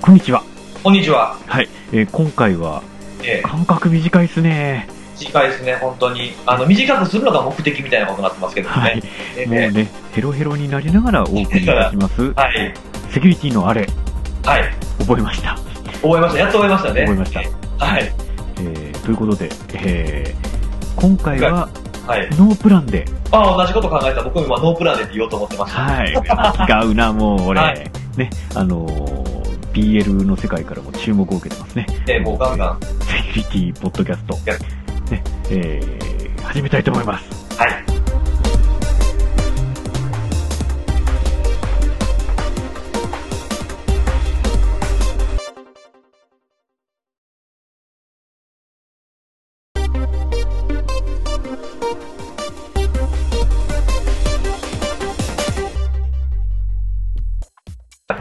こんにちは。こんにちは。はい。えー今回は、ええ、間隔短いですね。短いですね、本当に。あの、短くするのが目的みたいなことになってますけどもね。はい。ええもうね、ヘロヘロになりながらお送りいたします。 はい。セキュリティのあれ、はい。覚えました。覚えました。やっと覚えましたね。覚えましたええはい。えーということで、えー今回ははい。ノープランで、あ、同じこと考えた。僕も今、ノープランでって言おうと思ってました。 はい。使うな、もう俺。はいね、あのー BL の世界からも注目を受けてますね。ええ、もうガンガン。セキュリティポッドキャスト。やね、えー始めたいと思います。はい。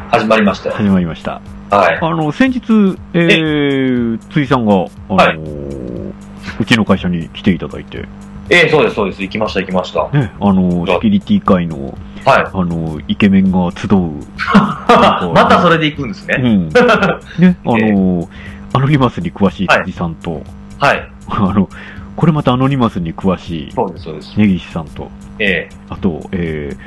始まりましたよ。始まりました。はい。あの、先日、えー、ついさんが、あのーうちの会社に来ていただいて、ええ、そうです、そうです。行きました、行きまし た。はね、あのーセキュリティ界の、い。あのーイケメンが 集う、 またそれで行くんですうね。ん。ね、あのーアノニマスに詳しい辻さんと、はい。あの、これまたアノニマスに詳しいそうです、そうです。根岸さんと、ええ。あと、えー、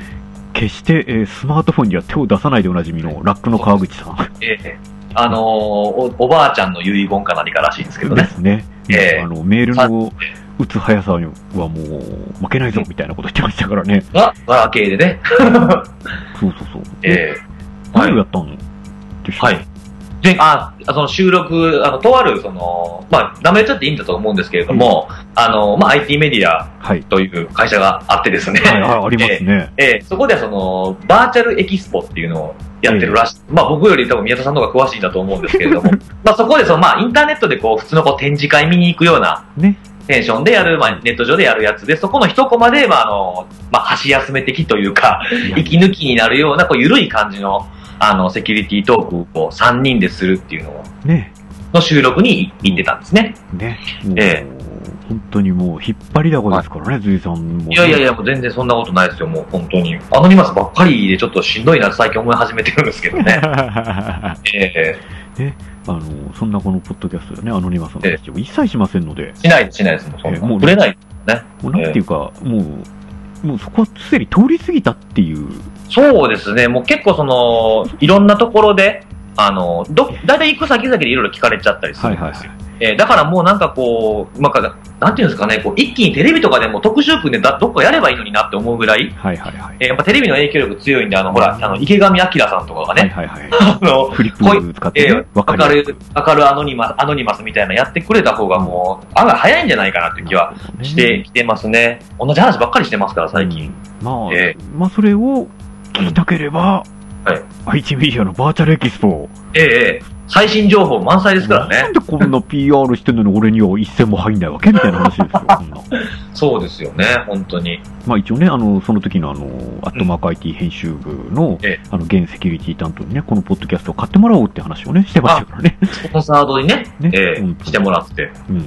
決して、えースマートフォンには手を出さないでおなじみのラックの川口さんええ、あのーお、おばあちゃんの遺言か何からしいんですけどでね。すね。ええあのメールの打つ速さはもう負けないぞみたいなこと言ってましたからね。が、ガラケーでね。そうそうそう。ええ何をはやい。ったんでしょうはい。で、あ、その収録、あの、とある、その、まあ、名前言っちゃっていいんだと思うんですけれども、あの、まあ、IT メディアはい。という会社があってですね。はい、はいありますね。 ええそこではその、バーチャルエキスポっていうのをやってるらしい。まあ僕より多分宮田さんの方が詳しいんだと思うんですけれ ども、まあそこでその、まあインターネットでこう普通のこう展示会見に行くようなね。テンションでやる、まあ、ネット上でやるやつで、そこの一コマで、まあ、あの、まあ、箸休め的というか、息抜きになるような、こう、緩い感じの、あの、セキュリティトークを3人でするっていうのを、ね。の収録に行ってたんですね。ね。もうええ本当にもう引っ張りだこですからね、ずいさんもね。いやいやいや、もう全然そんなことないですよ、もう本当に。アノニマスばっかりでちょっとしんどいなって最近思い始めてるんですけど ね。あえの、そんなこのポッドキャストでね、アノニマスの話を一切しませんのでー、しないです、しないです、もうそんえな。ーもう触れない。もうなんていうか、もう、もうそこはすでに通り過ぎたっていう、そうですね、もう結構その、いろんなところで、あの、ど、だいたい行く先々でいろいろ聞かれちゃったりすはるいんですよ。はいはい。えーだからもうなんかこう、まあ、なんていうんですかね、こう一気にテレビとかでも特集区でだどっかやればいいのになって思うぐらい、はいはいはい。えーやっぱテレビの影響力強いんで、あの、ほら、あの、池上彰さんとかがはいね、はいはい。あの、フリップ使っえてねー、わか明る。るい、明るいアノニマス、アノニマスみたいなやってくれた方がもう、案外早いんじゃないかなって気はしてきてますね。同じ話ばっかりしてますから、最近。うんまあ、えまあそれを聞きたければ、はい愛知メディアのバーチャルエキスポえーえー最新情報満載ですからなねん。でこんな PR してんのに俺には一銭も入んないわけみたいな話ですよ、こんな。 そうですよね、本当に。まあ一応ね、あの、その時のあの、アットマーク IT 編集部の、ええあの、現セキュリティ担当にね、このポッドキャストを買ってもらおうって話をね、してましたからね。スポンサードにね、ねえー本当にしてもらって。うん。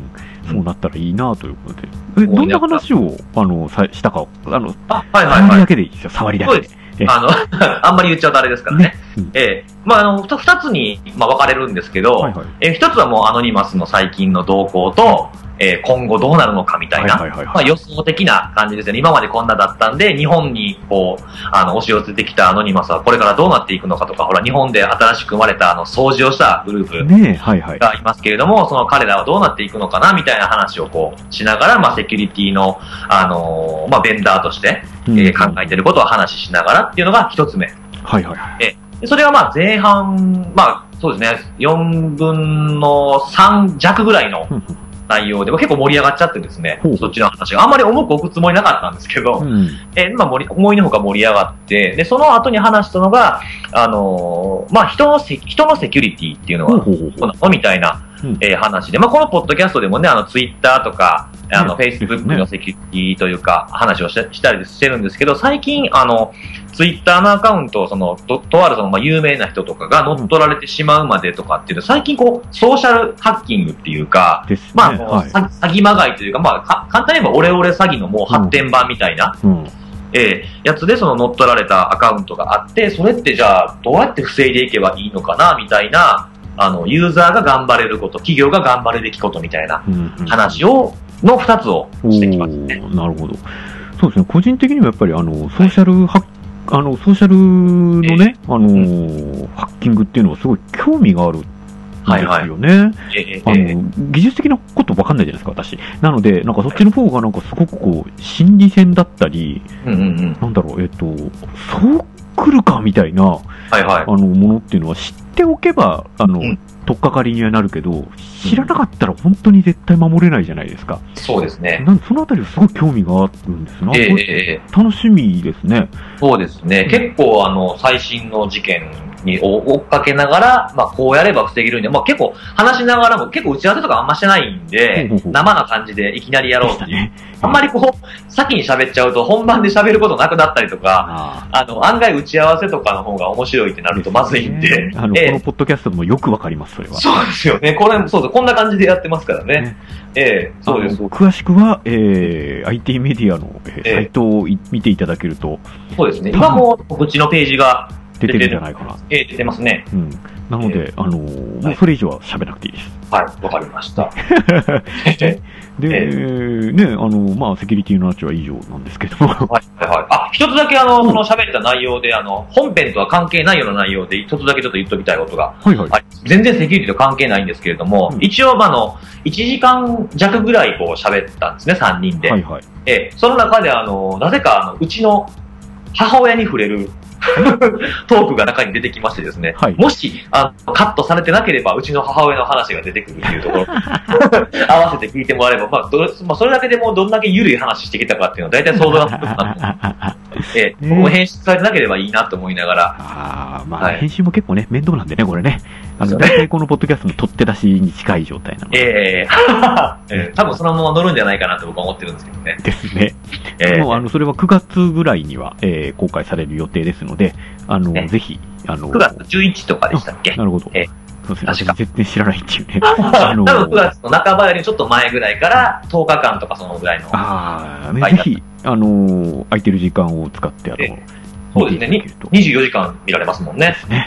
そうなったらいいなということで。え、もうどんやなっ話たを、あの、さしたか、あの、あ、はいは触りいはいだ。けでいいですよ、触りだけで。ええあの、 あんまり言っちゃうとあれですからね。うんええまあ、あの、ふた二つに、まあ、分かれるんですけど、はいはい。え一つはもうアノニマスの最近の動向と、えー今後どうなるのかみたいな、はいはいはいまはあ、い。予想的な感じですよね。今までこんなだったんで、日本に、こう、あの、押し寄せてきたアノニマスはこれからどうなっていくのかとか、ほら、日本で新しく生まれた、あの、掃除をしたグループ。ねえ、はいはい。がいますけれども、その彼らはどうなっていくのかなみたいな話をこうしながら、まあセキュリティの、あのーまあベンダーとして、うんえー考えてることを話ししながらっていうのが一つ目。はいはいはい。でそれがまあ前半、まあそうですね、4分の3弱ぐらいのうん内容で、結構盛り上がっちゃってですねほう、そっちの話が。あんまり重く置くつもりなかったんですけど、うん。えーまあ盛り思いのほか盛り上がって、で、その後に話したのが、あのーまあ人のセ、人のセキュリティっていうのほうは、ほうほうどほうう。なのみたいな、うんえー話で、まあ、このポッドキャストでもね、あのツイッターとか、あのうんフェイスブックのセキュリティというか、話をしたしたりしてるんですけど、最近、あのツイッターのアカウントをそのと、とあるそのまあ有名な人とかが乗っ取られてしまうまでとかっていうの、最近こう、ソーシャルハッキングっていうか、ですね。まあ、あのはい。詐詐欺まがいというか、まあ、か簡単に言えばオレオレ詐欺のもう発展版みたいな、うん。えーやつでその乗っ取られたアカウントがあって、それってじゃあどうやって防いでいけばいいのかな、みたいな、あの、ユーザーが頑張れること、企業が頑張れるべきことみたいなうんうん話を、の二つをしてきますね。おーなるほど。そうですね、個人的にはやっぱり、あの、ソーシャルハッ、あの、ソーシャルのね、あのー、ハッキングっていうのはすごい興味があるんですはいはいよね。えーえあーえーの、技術的なことわかんないじゃないですか、私。なので、なんかそっちの方がなんかすごくこう、心理戦だったり、うんうんうん。なんだろう、えっと、そう来るかみたいな、はいはいあ。の、ものっていうのは知っておけば、あの、うんとっかかりにはなるけど、知らなかったら本当に絶対守れないじゃないですか。そうですね。なんでそのあたりはすごい興味があるんですな。えーえーこれえー楽しみですね。そうですね、うん結構あの最新の事件に追っかけながら、まあ、こうやれば防げるんで、まあ、結構話しながらも結構打ち合わせとかあんましてないんでほうほうほう、生な感じでいきなりやでろうしってたいう。ね。あんまりこう、先に喋っちゃうと本番で喋ることなくなったりとか、ああの、案外打ち合わせとかの方が面白いってなあるとまずいんで、あの、ええこのポッドキャストでもよくわかります、それは。そうですよね。これもそうです。こんな感じでやってますからね。ねええそうですあ。の詳しくは、えー、IT メディアの、えーええサイトをい見ていただけるとそうですね。今も告知のページが、出てるんじゃないかな。ええ出てますね。うん。なので、あのーもうそれ以上は喋らなくていいです。はい、わかりました。で、えね、あのーまあ、セキュリティの話は以上なんですけども。はいはいはい。あ、一つだけあの、その喋った内容で、あの、本編とは関係ないような内容で、一つだけちょっと言っときたいことがはいはい。あります。全然セキュリティと関係ないんですけれども、うん一応、まああの、1時間弱ぐらいこう喋ったんですね、3人で。はいはい。ええその中であの、なぜかあの、うちの母親に触れる トークが中に出てきましてですね、はいもしあのカットされてなければ、うちの母親の話が出てくるっていうところ、 合わせて聞いてもらえれば、まあどれまあ、それだけでもうどんだけ緩い話してきたかっていうのは大体想像がつくなとあええ、ね僕も編集されてなければいいなと思いながら、あー、まあ、はい編集も結構ね、面倒なんでね、これね。あその、うで大体このポッドキャストの取って出しに近い状態なの で。ええええ多分そのまま乗るんじゃないかなと僕は思ってるんですけどね。ですね。ええもう、あの、それは9月ぐらいには、えー公開される予定ですので、あの、ねぜひ、あの、 9月11とかでしたっけなるほど。えそうですね。確か私全然知らないっていう ね。多あの分9月の半ばよりちょっと前ぐらいから10日間とかそのぐらいの。ああ、ねはいぜひ、あのー空いてる時間を使って、あの、えそうですね見ていただける24時間見られますもんね。と。ね。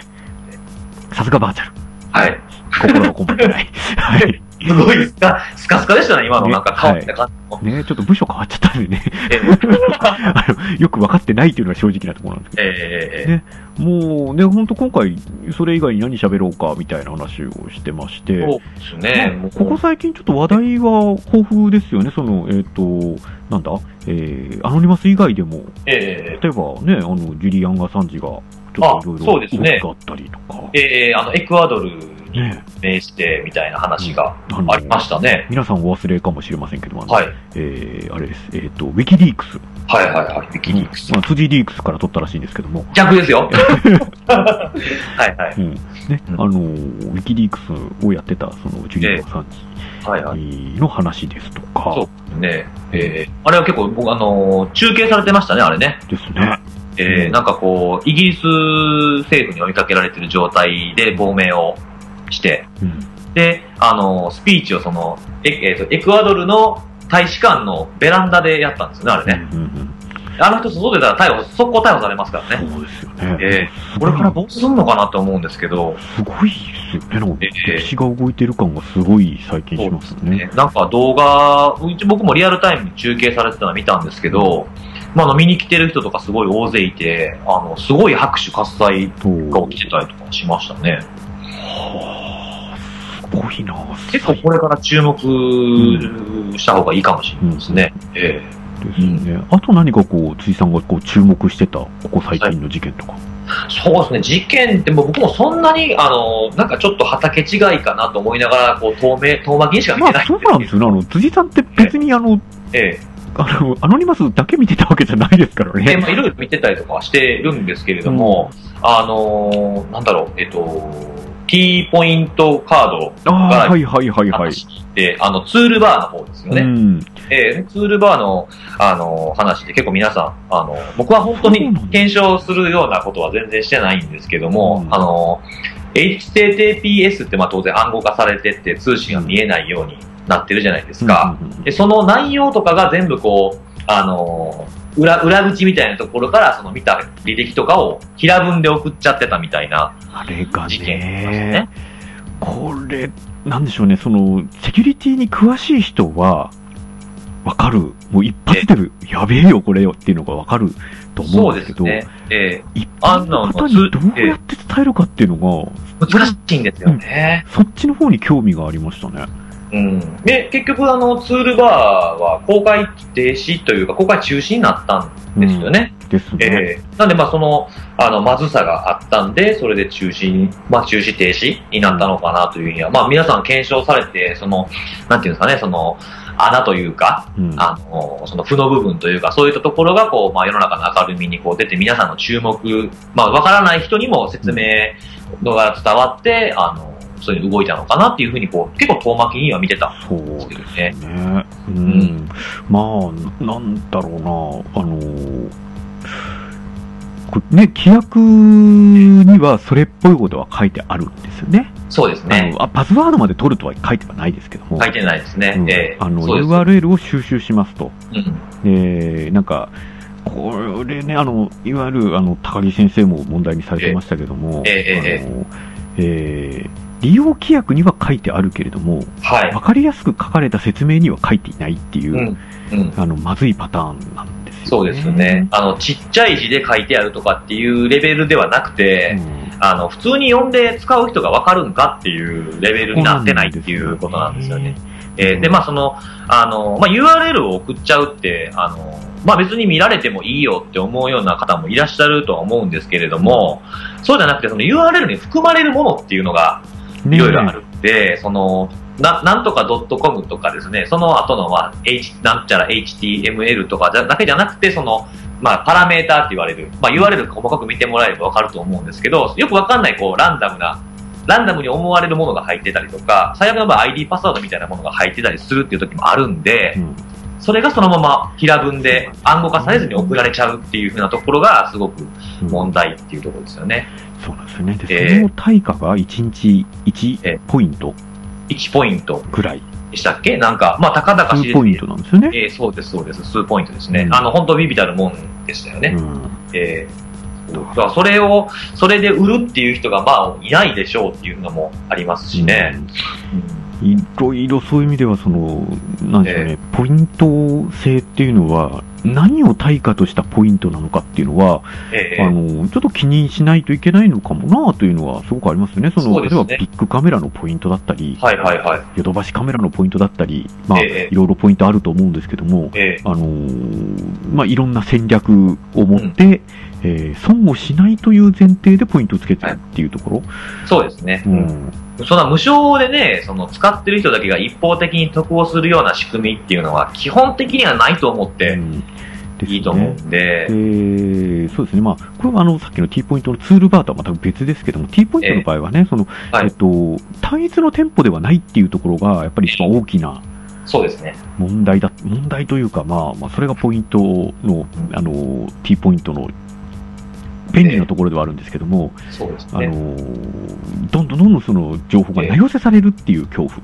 さすがバーチャル。はい。心はこもって ない。はい。すごいスカ、スカスカでしたね、今のなんか顔って感じも。ねちょっと部署変わっちゃったんでね、え あの、よく分かってないっていうのは正直なところなんですけえええええねど。もうね、ほんと今回、それ以外に何喋ろうかみたいな話をしてましえて、そうですね。もうここ最近ちょっと話題は豊富ですよね。その、えっ、と、なんだ、えー、アノニマス以外でも、えええ例えばね、あの、ジュリアン・ガサンジが、ちょっといあろそういろ動できすねがあったりとか、えええあの、エクアドルにね、名してみたいな話があのありましたね。皆さんお忘れかもしれませんけども、あのはい。えー、あれです、えっ、と、ウィキリークス。はいはいはい。ビキニクスま。あ、辻リークスから取ったらしいんですけども、逆です よ。はいはい。うんねうんあの、ウィキリークスをやってた、その、ジュリアン・ガサンはいはい。ジの話ですとか、そうですね。えー、あれは結構僕、あのー中継されてましたね、あれね。ですね。えうー、んなんかこう、イギリス政府に追いかけられてる状態で亡命をして、うんで、あのースピーチをその、え、えーと、エクアドルの大使館のベランダでやったんですよね、あれね。うんうんあの人外出たら逮捕、速攻逮捕されますからね。うんそうですよね。えすこごいれからどうするのかなと思うんですけど、すごいですよね。なんかええ歴史が動いてる感がすごい最近しますね。ねなんか動画、うち僕もリアルタイムに中継されてたの見たんですけど、まあ、あの見に来てる人とかすごい大勢いて、あの、すごい拍手喝采とが起きてたりとかしましたね。はあすごいな結構これから注目した方がいいかもしれないですね。ええですね。あと何かこう、辻さんがこう注目してた、ここ最近の事件とか。そうですね、事件ってもう僕もそんなに、あの、なんかちょっと畑違いかなと思いながら、こう、透明、遠巻きにしか見まてなあ、いそうなんですよね。あの、辻さんって別にあの、ええあの、アノニマスだけ見てたわけじゃないですからで、まね。あ、いろいろ見てたりとかはしてるんですけれども、あのーなんだろう、えっと、キーポイントカードああ、かはいはいはいらはい。話して、あの、ツールバーの方ですようね。ん。えーツールバーの、あのー話で結構皆さん、あの僕は本当そうになんだ検証するようなことは全然してないんですけども、うんあのー HTTPS ってまあ当然暗号化されてって通信が見えないようになってるじゃないですか。うんうんうんで、その内容とかが全部こう、あのー裏、裏口みたいなところから、その見た履歴とかを平文で送っちゃってたみたいなあれが事件がありましたねね、。これ、なんでしょうね、その、セキュリティに詳しい人は、わかる。もう一発で、やべえよ、これよっていうのがわかると思そううんでですけすど、ね。ええ一般の方にどうやって伝えるかっていうのが、難しいんですよね。そっちの方に興味がありましたね。うん。で、結局、あの、ツールバーは公開停止というか、公開中止になったんですよね。うん。ですね。ええなんで、まあ、その、あの、まずさがあったんで、それで中止に、まあ、中止停止になったのかなというふうには、まあ、皆さん検証されて、その、なんていうんですかね、その、穴というか、うんあの、その負の部分というか、そういったところが、こう、まあ、世の中の明るみにこう出て、皆さんの注目、まあ、わからない人にも説明のが伝わって、あの、そういう動いたのかなっていうふうに、こう、結構遠巻きには見てたんそうですでけどすね。ね。うん。んまあ、ななんだろうな、あのーこれね、規約にはそれっぽいことは書いてあるんですよね。そうですねあ。のあパスワードまで取るとは書いてはないですけども、書いてないですね。うんええあのそうです URL を収集しますと。うんで、なんか、これね、あの、いわゆる、あの、高木先生も問題にされてましたけども、ええええあのえー利用規約には書いてあるけれども、はいわ。かりやすく書かれた説明には書いていないっていう、うん。うん。あの、まずいパターンなんですよね。そうですね。。あの、ちっちゃい字で書いてあるとかっていうレベルではなくて、あの、普通に読んで使う人がわかるんかっていうレベルになってないっていうことなんですよね。。えーで、まあ、その、あの、まあ、URL を送っちゃうって、あの、まあ、別に見られてもいいよって思うような方もいらっしゃるとは思うんですけれども、そうじゃなくて、その URL に含まれるものっていうのがいろいろあるんで、その、な、なんとか .com とかですね、その後の、まあ、H、なんちゃら HTML とかじゃだけじゃなくて、その、まあ、パラメーターって言われる、まあ、URL 細かく見てもらえればわかると思うんですけど、よくわかんない、こう、ランダムな、ランダムに思われるものが入ってたりとか、最悪の場合 ID パスワードみたいなものが入ってたりするっていう時もあるんで、うんそれがそのまま平文で暗号化されずに送られちゃうっていうふうなところがすごくうん問題っていうところですよね。そうなんですよね。えで、えその対価が1日1ポイント1ポイントぐらい、でしたっけなんか、まあ、たかだか知れ2てポイントなんですよね。えーそうです、そうです。数ポイントですね。うんあの、本当ビビたるもんでしたよね。うんえーだからそれを、それで売るっていう人が、まあ、いないでしょうっていうのもありますしね。いろいろそういう意味では、その、なんでしょうね、ポイント制っていうのは、何を対価としたポイントなのかっていうのは、えあーの、ちょっと気にしないといけないのかもなというのはすごくありますよね。その、そうで例えすねばビッグカメラのポイントだったり、はいはいはい。ヨドバシカメラのポイントだったり、まあ、ええいろいろポイントあると思うんですけども、えあのーまあ、いろんな戦略を持って、えー損をしないという前提でポイントをつけてるっていうところ、ーそうですね。うんそんな無償でね、その使ってる人だけが一方的に得をするような仕組みっていうのは基本的にはないと思っうてんですねいいと思うんで、えーそうですね、まあ、これはあのさっきの T ポイントのツールバーとはまた別ですけども、T ポイントの場合はね、そのはいえっと、単一の店舗ではないっていうところが、やっぱり一番大きなそうですね。問題だ、問題というか、まあ、まあ、それがポイントの、あの、T ポイントの便利なところではあるんですけども、そうですあね。の、どんどんどんどんその情報が名寄せされるっていう恐怖。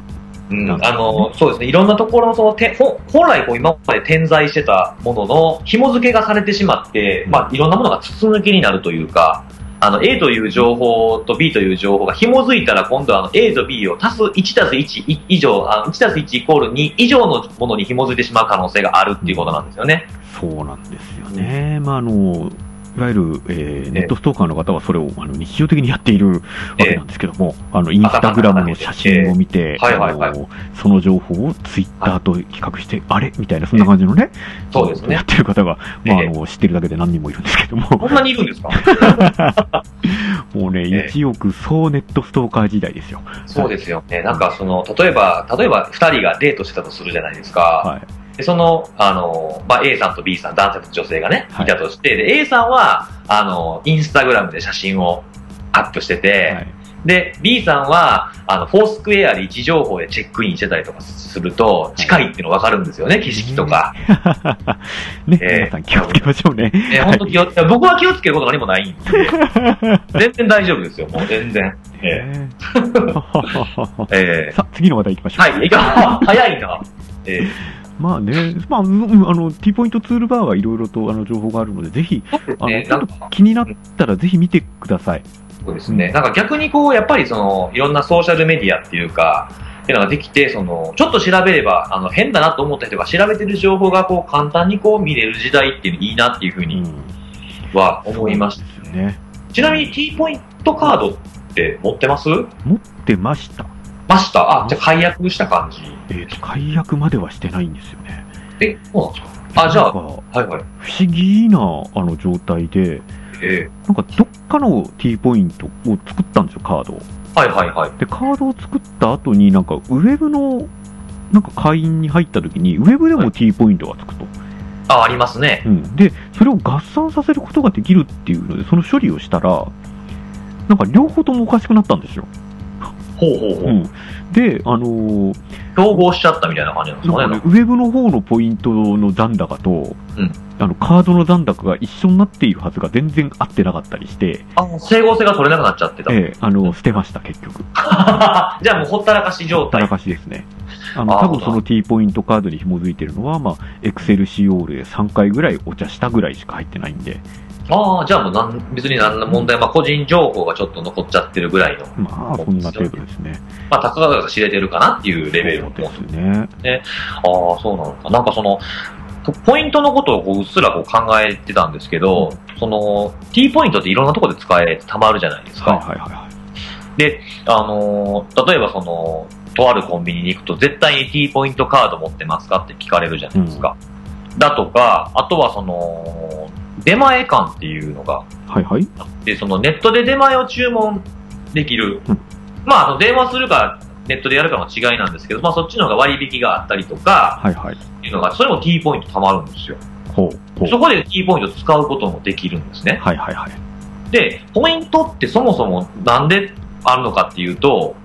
うん、あの、そうですね。いろんなところの、その、てほ本来こう今まで点在してたものの、紐付けがされてしまって、まあ、いろんなものが筒抜けになるというか、あの、A という情報と B という情報が紐付いたら、今度はあの A と B を足す1たす1以上、あの1たす1イコール2以上のものに紐付いてしまう可能性があるっていうことなんですよね。そうなんですよね。まあ、あの、いわゆる、えーネットストーカーの方はそれをあの日常的にやっているわけなんですけども、あのインスタグラムの写真を見て、えはいはいはいあのその情報をツイッターと比較して、あれみたいな、そんな感じのね、そうですやねっ。てる方が、まあ、あええの知ってるだけで何人もいるんですけども、こんなにいるんですかもうね、ええ1億総ネットストーカー時代ですよ。そうですよね。なんかその、例えば、例えば2人がデートしてたとするじゃないですか。はい。で、その、あの、まあ、A さんと B さん、男性と女性がね、はいいたとして、で、A さんは、あの、インスタグラムで写真をアップしてて、はい で、B さんは、あの、フォースクエアで位置情報でチェックインしてたりとかすると、近いっていうの分かるんですよね、景色とか。ね、ええ皆さん気をつけましょうね。え、本当気を、いや僕は気をつけること何もないんで、全然大丈夫ですよ、もう全然。えねさあ、ええ次の話題行きましょう。はい、いか早いな。ええまあね、まあ、うんあの、T ポイントツールバーはいろいろとあの情報があるので、ぜひ、そうですあの、ね。ちなょっんとか、気になったらぜひ見てください。そうですね。なんか逆にこう、やっぱりその、いろんなソーシャルメディアっていうか、っていうのができて、その、ちょっと調べれば、あの、変だなと思った人が調べてる情報がこう、簡単にこう、見れる時代っていうのいいなっていうふううにん。は思いましですよね。た。ちなみに T ポイントカードって持ってます持ってました。ましたあ、じゃあ解約した感じ。えっ、と、解約まではしてないんですよね。え、そうなんですかあ、じゃなあん、か不はいはい。思議な、あの、状態で、えなんか、どっかの T ポイントを作ったんですよ、カードを。ー、はいはいはい。で、カードを作った後に、なんか、ウェブの、なんか会員に入った時に、ウェブでも T ポイントがつくと。あ、ありますね。うん、で、それを合算させることができるっていうので、その処理をしたら、なんか両方ともおかしくなったんですよ。ほうほうほう。うん、で、あのー競合しちゃったみたいな感じなんですかなね。んかなんねかウェブの方のポイントの残高と、うんあのカードの残高が一緒になっているはずが全然合ってなかったりして、あ、整合性が取れなくなっちゃってた。ええあの捨てました、結局。 じゃあもうほったらかし状たら態。かしですね。あのあー多分その T ポイントカードに紐づいてるのは、まあ、エクセルシオールで3回ぐらいお茶したぐらいしか入ってないんで、ああ、じゃあもうなん別に何の問題、まあ個人情報がちょっと残っちゃってるぐらいの、まあ、そんな程度ですね。まあ高々が知れてるかなっていうレベルの。ですね。ああ、そうなのか。なんかその、ポポイントのことをこううっすらこう考えてたんですけど、その、T ポイントっていろんなところで使えてたまるじゃないですか。はいはいはいはい。あのー例えばその、とあるコンビニに行くと絶対に T ポイントカード持ってますかって聞かれるじゃないですか。だとか、あとはその、出前館っていうのがはいはい。あって、そのネットで出前を注文できる。うんまあ、あの電話するかネットでやるかの違いなんですけど、まあそっちの方が割引があったりとか、はいはい。っていうのが、それも T ポイント貯まるんですよ。ほう、ほう。そこで T ポイント使うこともできるんですね。はいはいはい。で、ポイントってそもそもなんであるのかっていうと、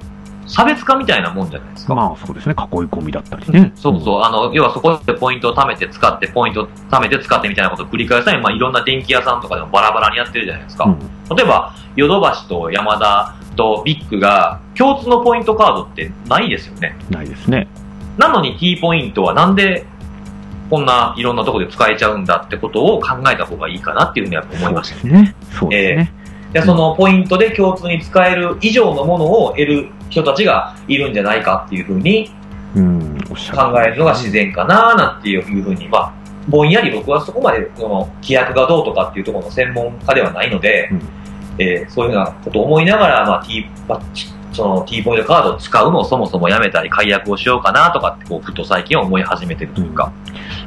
差別化みたいなもんじゃないですか。まあそうですね、囲い込みだったりね。そうそう、あの、要はそこでポイントを貯めて使って、ポイントを貯めて使ってみたいなことを繰り返したり、まあいろんな電気屋さんとかでもバラバラにやってるじゃないですか。うん。例えば、ヨドバシと山田とビッグが共通のポイントカードってないですよね。ないですね。なのに T ポイントはなんでこんないろんなとこで使えちゃうんだってことを考えた方がいいかなっていうふうにやっぱ思いましたそう。ですね。そうですね。で、そのポイントで共通に使える以上のものを得る人たちがいるんじゃないかっていうふうにうん、おっしゃ考えるのが自然。然かななんていうふうに、まあ、ぼんやり僕はそこまでその規約がどうとかっていうところの専門家ではないので、うんえーそういうようなことを思いながら、まあ、T パッチその T ポイントカードを使うのをそもそもやめたり解約をしようかなとかってこうふと最近は思い始めてるというか、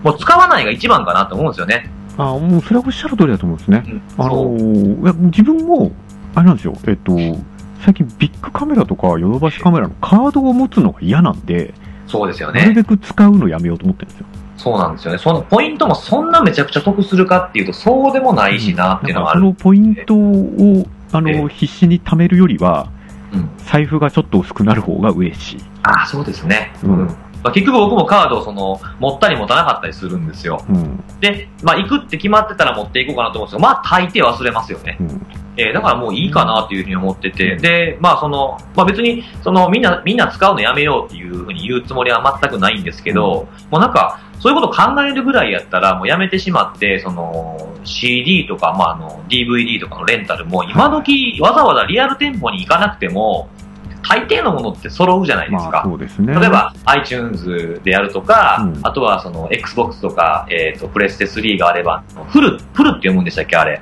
もう使わないが一番かなと思うんですよね。あもうそれはおっしゃる通りだと思うんですね。うんあそのうーいや自分も、あれなんですよ、えっと、最近ビッグカメラとかヨドバシカメラのカードを持つのが嫌なんで、そうですよなるね。べく使うのやめようと思ってるんですよ。そうなんですよね。そのポイントもそんなめちゃくちゃ得するかっていうと、そうでもないしなっていうのだはからあそる。のポイントを、あえの、え必死に貯めるよりは、うん財布がちょっと薄くなる方が嬉しい。ああ、そうですね。うんまあ、結局僕もカードをその持ったり持たなかったりするんですよ。うん。で、まあ、行くって決まってたら持っていこうかなと思うんですけど、まあ、大抵忘れますよね。うんえーだからもういいかなっていうふうに思ってて、うんで、まあ、その、まあ、別に、その、みんな、みんな使うのやめようっていうふうに言うつもりは全くないんですけど、もうなんか、そういうこと考えるぐらいやったら、もうやめてしまって、その、CD とか、まあ、あの、DVD とかのレンタルも、今時、わざわざリアル店舗に行かなくても、大抵のものって揃うじゃないですか。まあそうですね。例えば iTunes でやるとか、うんあとはその Xbox とか、えっ、と、プレステ3があれば、フル、フルって読むんでしたっけあれ。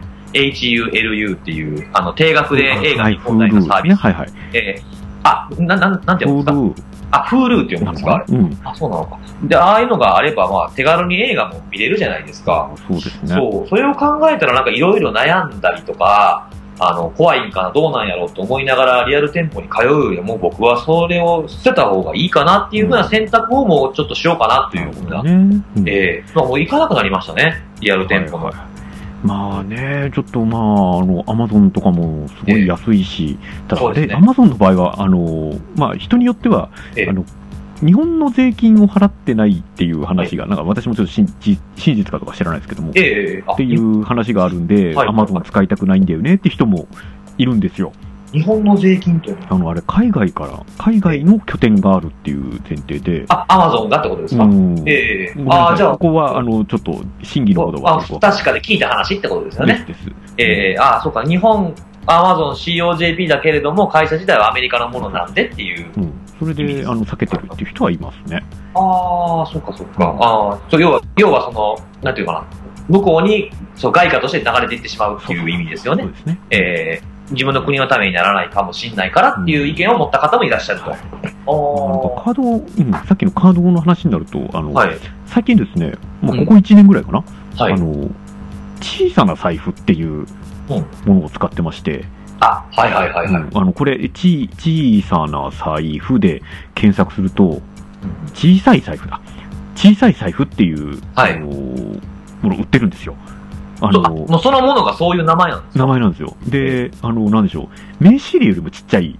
HULU っていう、あの、定額で映画に放題のサービス。はい、はい、えーあ、な、ななんて読むんです Hulu かあ、Hulu って読なむんのですかあかれ。なうん。あ、そうなのか。で、ああいうのがあれば、まあ、手軽に映画も見れるじゃないですか。あそうですね。そう、それを考えたらなんかいろいろ悩んだりとか、あの、怖いんかな、どうなんやろうと思いながらリアル店舗に通うよりも僕はそれを捨てた方がいいかなっていうふうな選択をもうちょっとしようかなっていうふうな。ね。うんええまあもう行かなくなりましたね、リアル店舗の。はいはいまあね、ちょっとまあ、あの、アマゾンとかもすごい安いし、たそだ、うでで、すねアマゾンの場合は、あの、まあ、人によっては、ええあの、日本の税金を払ってないっていう話が、なんか私もちょっと真実真実かとか知らないですけども、えっえあていう話があるんで、はいアマゾン使いたくないんだよねって人もいるんですよ。日本の税金というのは、あの、あれ、海外から、海外の拠点があるっていう前提で、あ、アマゾンがってことですか、うん。ええごめんなさあいあ、じゃあこ、こは、あの、ちょっと、審議のほどあは、不確かで聞いた話ってことですよでねす。です。ええああ、そうか、日本、アマゾン COJP だけれども、会社自体はアメリカのものなんでっていう。うん。それで、あの、避けてるっていう人はいますね。ああ、そうかそうか。ああ、そう要は、要はその、なんていうかな、向こうにそう外貨として流れていってしまうっていう意味ですよねそう。ですね。えー自分の国のためにならないかもしれないからっていう意見を持った方もいらっしゃると。はいなんおかーカード、うん、さっきのカードの話になると、あの、はい。最近ですね、まあ、うんここ1年ぐらいかな、はあい。の、小さな財布っていうものを使ってまして、あ、はいはいはいはい。うんあの、これ、ち小さな財布で検索すると、うん小さい財布だ。小さい財布っていう、はいあの、もの売ってるんですよ。あそうあの、もうそのものがそういう名前なんです名前なんですよ。で、あの、なんでしょう。名刺入れよりもちっちゃい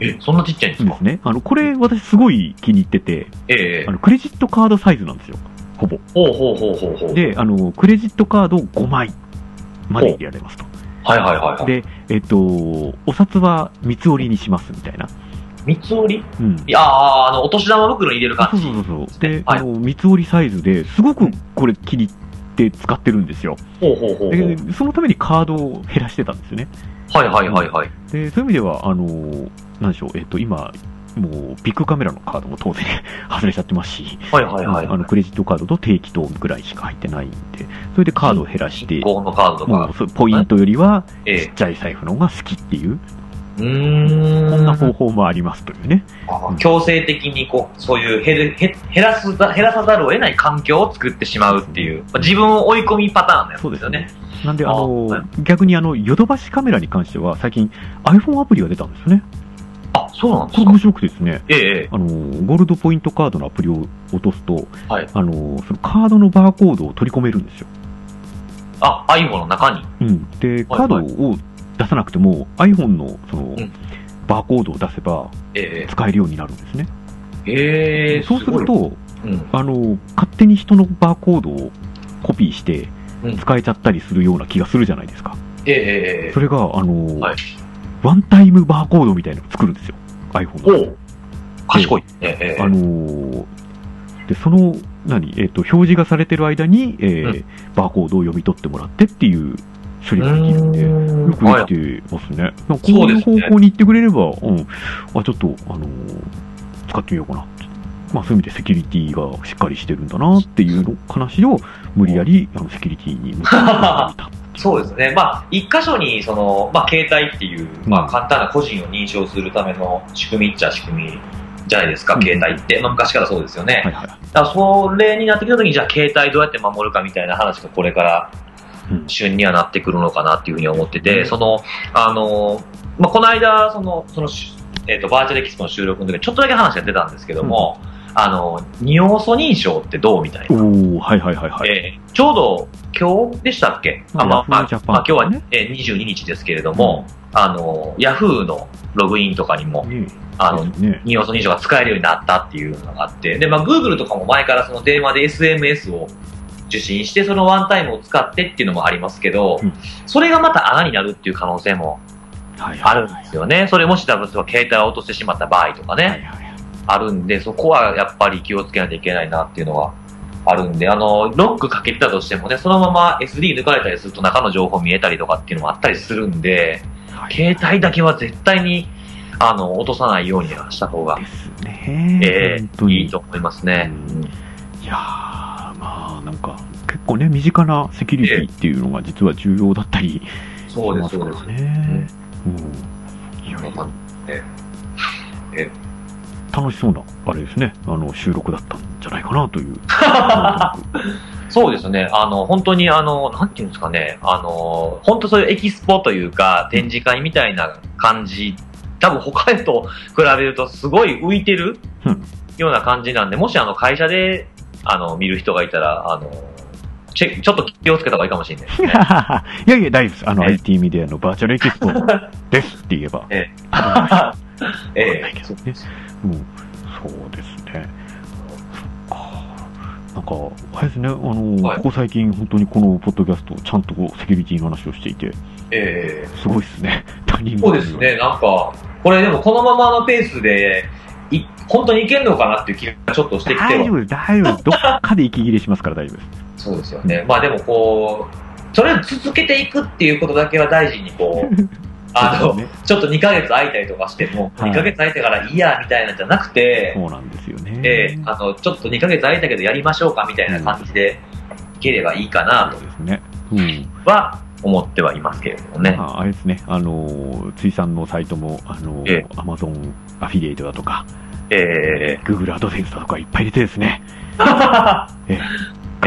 え、そんなちっちゃいんですんか、ですね。あの、これ私すごい気に入ってて、ええあの、クレジットカードサイズなんですよ。ほぼ。ほうほうほうほうほう。で、あの、クレジットカードを5枚まで入れられますと。はいはいはいはい。で、えっと、お札は三つ折りにしますみたいな。三つ折りうん。いやあ、あの、お年玉袋に入れる感そうじ。そうそうそう。で、はいあの、三つ折りサイズですごくこれ気に入って使ってるんですよ。ほうほうほうほう。で、そのためにカードを減らしてたんですよね。はいはいはいはい。で、そういう意味では、あの、なんでしょう、えっと、今、もう、ビッグカメラのカードも当然 外れちゃってますし、はいはいはい。あの、クレジットカードと定期等ぐらいしか入ってないんで、それでカードを減らして、合のカードともかう。そうポイントよりは、えちえっちゃい財布の方が好きっていう、うーん。こんな方法もありますというね。あ強制的にこうそういう減る減減らすざ減らさざるを得ない環境を作ってしまうっていう、まあ、自分を追い込みパターンのやつそうですですよねね。。なんで、ああのはい、逆にあの、ヨドバシカメラに関しては、最近 iPhone アプリが出たんですよね。あそうなんこですれか面白くてですね、ええあの、ゴールドポイントカードのアプリを落とすと、はいあの、そのカードのバーコードを取り込めるんですよ。あ iPhone の中にうん。で、カはいードを出さなくても、iPhone のそのん、バーコードを出せばえ使えるようになるんですね。えええそうするごいと、うんあの、勝手に人のバーコードをコピーしてうん使えちゃったりするような気がするじゃないですか。えええそれが、あの、はいワンタイムバーコードみたいなのを作るんですよ。iPhone えがおう賢いええええあのーで、その、何、えっ、と、表示がされてる間に、えーバーコードを読み取ってもらってっていう処理ができるんで、ようーんくはいできてますね。なんかこうそういでうすね方向に行ってくれれば、うん、あ、ちょっと、あのー使ってみようかな。まあ、そういう意味でセキュリティがしっかりしてるんだなっていうの話を無理やりあのセキュリティに向けてみた。そうですね、まあ、一箇所にその、まあ、携帯っていう、うんまあ、簡単な個人を認証するための仕組みっちゃ仕組みじゃないですか、うん携帯って、まあ、昔からそうですよね、 はいはい。だからそれになってきた時に、じゃあ携帯どうやって守るかみたいな話がこれからうん旬にはなってくるのかなっていうふうに思ってて、うんその、あの、まあ、この間、その、その、えっ、と、バーチャルエキスポの収録の時にちょっとだけ話が出たんですけども、あの、二要素認証ってどうみたいな。おー、はいはいはいはい。えーちょうど今日でしたっけ、あまあまヤあフージャパンまあ、今日は、ねえー22日ですけれども、あの、ヤフーのログインとかにも、ねあの、ね二要素認証が使えるようになったっていうのがあって、で、まあ、Google とかも前からその電話で SMS を受信して、そのワンタイムを使ってっていうのもありますけど、うんそれがまた穴になるっていう可能性もはいあはいるんですよね。それもし、例えば携帯を落としてしまった場合とかね、はいはい。あるんで、そこはやっぱり気をつけないといけないなっていうのはあるんで、あの、ロックかけてたとしてもね、そのまま SD 抜かれたりすると中の情報見えたりとかっていうのもあったりするんで、携帯だけは絶対に、あの、落とさないようにはした方がですね。え本え当にいいと思いますね。いやー、まあ、なんか、結構ね、身近なセキュリティっていうのが実は重要だったりしそうで、ますすそかうですら。ね。うん。いやいや楽しそうな、あれですね、あの、収録だったんじゃないかなと いう。なんとなそうですね。あの、本当に、あの、なんていうんですかね。あの、本当そういうエキスポというか、展示会みたいな感じ、多分他へと比べるとすごい浮いてるうんような感じなんで、もしあの、会社で、あの、見る人がいたら、あの、チェちょっと気をつけた方がいいかもしれないです ね。くいやいや、大丈夫です。あの、ええ IT メディアのバーチャルエキスポですって言えば。えええないえけどね。うん。そうですね。そっかなんか、あれですね、あの、はいここ最近本当にこのポッドキャスト、ちゃんとこうセキュリティの話をしていて、ええすごいですね。当に。そうですね、なんか、これでもこのままのペースで、い本当にいけるのかなっていう気がちょっとしてきて大丈は、夫です、大丈夫 です。どっかで息切れしますから大丈夫です。そうですよね。まあでもこう、とりあえず続けていくっていうことだけは大事にこ う、あそうの、ですねちょっと2ヶ月空いたりとかしても、はい2ヶ月空いてからいいや、みたいなんじゃなくて、そうなんですよね。えーあの、ちょっと2ヶ月空いたけどやりましょうか、みたいな感じでいければいいかな、そうですね。うん。とは思ってはいますけれどもね。まあ、あれですね、あのー、ついさんのサイトも、あのええー、アマゾンアフィリエイトだとか、え Google アドセンスだとかいっぱい出てですね、ーガ え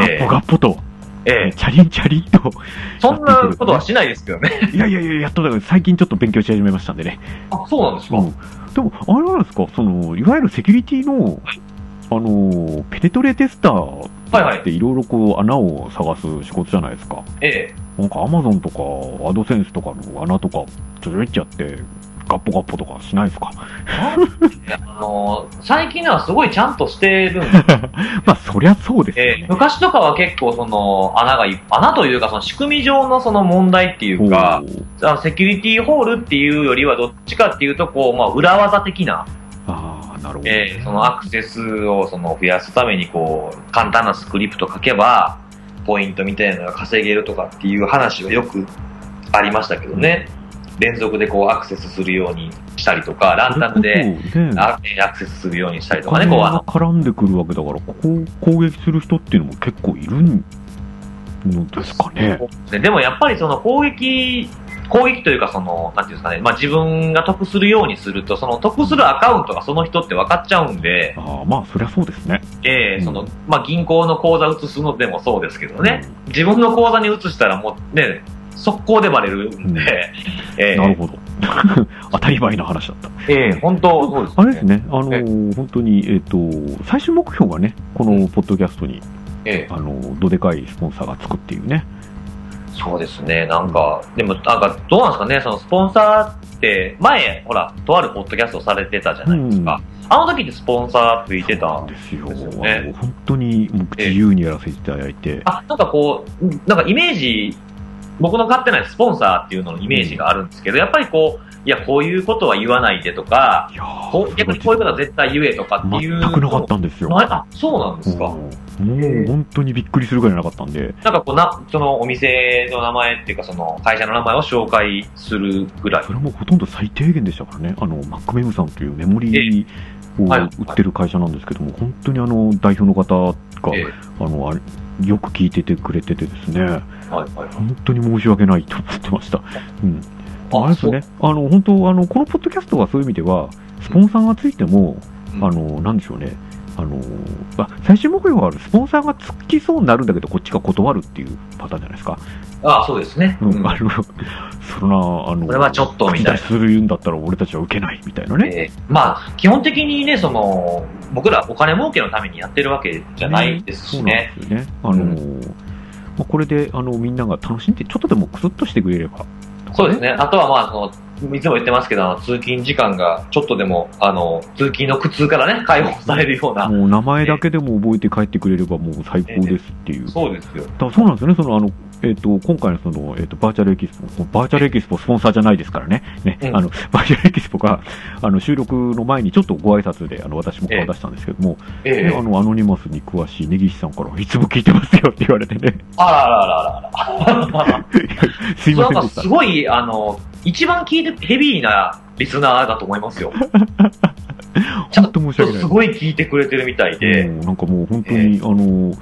えッポガッポと、ええーーチャリンチャリンと、 そんなことはしないですけどね。いやいやいや、やっとだから最近ちょっと勉強し始めましたんでね。あ、そうなんですか。うんでも、あれなんですか、その、いわゆるセキュリティの、あのー、ペネトレテスターはいはっい。ていろいろこう穴を探す仕事じゃないですか。えなんかアマゾンとかアドセンスとかの穴とかちょちょいっちゃってガッポガッポとかしないですか えあのー最近のはすごいちゃんとしてるんで、まあそりゃそうですよえーね。昔とかは結構その穴がいっ穴というかその仕組み上のその問題っていうか、おーあのセキュリティホールっていうよりはどっちかっていうとこう、まあ、裏技的な、ああ、なるほど、えーそのアクセスをその増やすためにこう簡単なスクリプト書けばポイントみたいなのが稼げるとかっていう話はよくありましたけどね。連続でこうアクセスするようにしたりとか、ランダムでそれこそね、あアクセスするようにしたりとおかね、金こうあのが絡んでくるわけだから、ここを攻撃する人っていうのも結構いるのですかね。ででもやっぱりその攻撃、攻撃というかその、なんていうんですかね、まあ自分が得するようにすると、その得するアカウントがその人って分かっちゃうんで、ああまあそりゃそうですね。うえんーその、まあ銀行の口座移すのでもそうですけどね、自分の口座に移したらもうね、速攻でバレるうんで、んうえーん。なるほど。 当たり前の話だった。えー本当、そうあれですね、あのえー本当に、えっ、と、最終目標がね、このポッドキャストに、えーあのーどでかいスポンサーがつくっていうね。そうですね、なんか、でもなんかどうなんですかね、そのスポンサーって、前、ほら、とあるポッドキャストされてたじゃないですか。あの時ってスポンサーついてたんですよ。ですよねあの本当にもう自由にやらせていただいて、あ、なんかこう、んなんかイメージ、僕の勝手なスポンサーっていうののイメージがあるんですけど、やっぱりこう、いや、こういうことは言わないでとか、いやーこう逆にこういうことは絶対言えとかっていう。全くなかったんですよ。ないあ、そうなんですか。うんもえうえ本当にびっくりするぐらいなかったんで、なんかこうな、そのお店の名前っていうか、その会社の名前を紹介するぐらいそ。れもほとんど最低限でしたからね、あのマックメムさんというメモリーをはい売ってる会社なんですけども、本当にあの代表の方が、ええあのあれよく聞いててくれててですね、はいはいはい本当に申し訳ないと思ってました。うんああれですよね、あの本当あの、このポッドキャストはそういう意味では、スポンサーがついても、うんあのなんでしょうね、あのあ最終目標はスポンサーがつきそうになるんだけど、こっちが断るっていうパターンじゃないですか、あ、そうですね。うんうんあのそんな、あのこれはちょっとみたいな口出しするんだったら、俺たちは受けないみたいなね、えーまあ、基本的にね、その、僕らお金儲けのためにやってるわけじゃないですしね。そうなんですよね、あのまあ、これであのみんなが楽しんで、ちょっとでもクスッとしてくれれば、そうですね。あとはまあ、その、いつも言ってますけど、あの通勤時間がちょっとでも、あの、通勤の苦痛からね、解放されるような。もう名前だけでも覚えて帰ってくれれば、もう最高ですっていう。そうですよ。だからそうなんですよね、そのあのえっと今回のその、えっとバーチャルエキスポ、バーチャルエキスポ、スポンサーじゃないですからね、ねうんあの バーチャルエキスポがあの収録の前にちょっとご挨拶であの私も顔出したんですけども、ええねあのアノニマスに詳しい根岸さんからいつも聞いてますよって言われてね、 あらあらあらあらあら。すいませんなんでかしたす。ごい、あの、一番聞いてヘビーなリスナーだと思いますよ。ちゃ本ん当と申し訳ないすごい聞いてくれてるみたいで。もうなんかもう本当に、えあの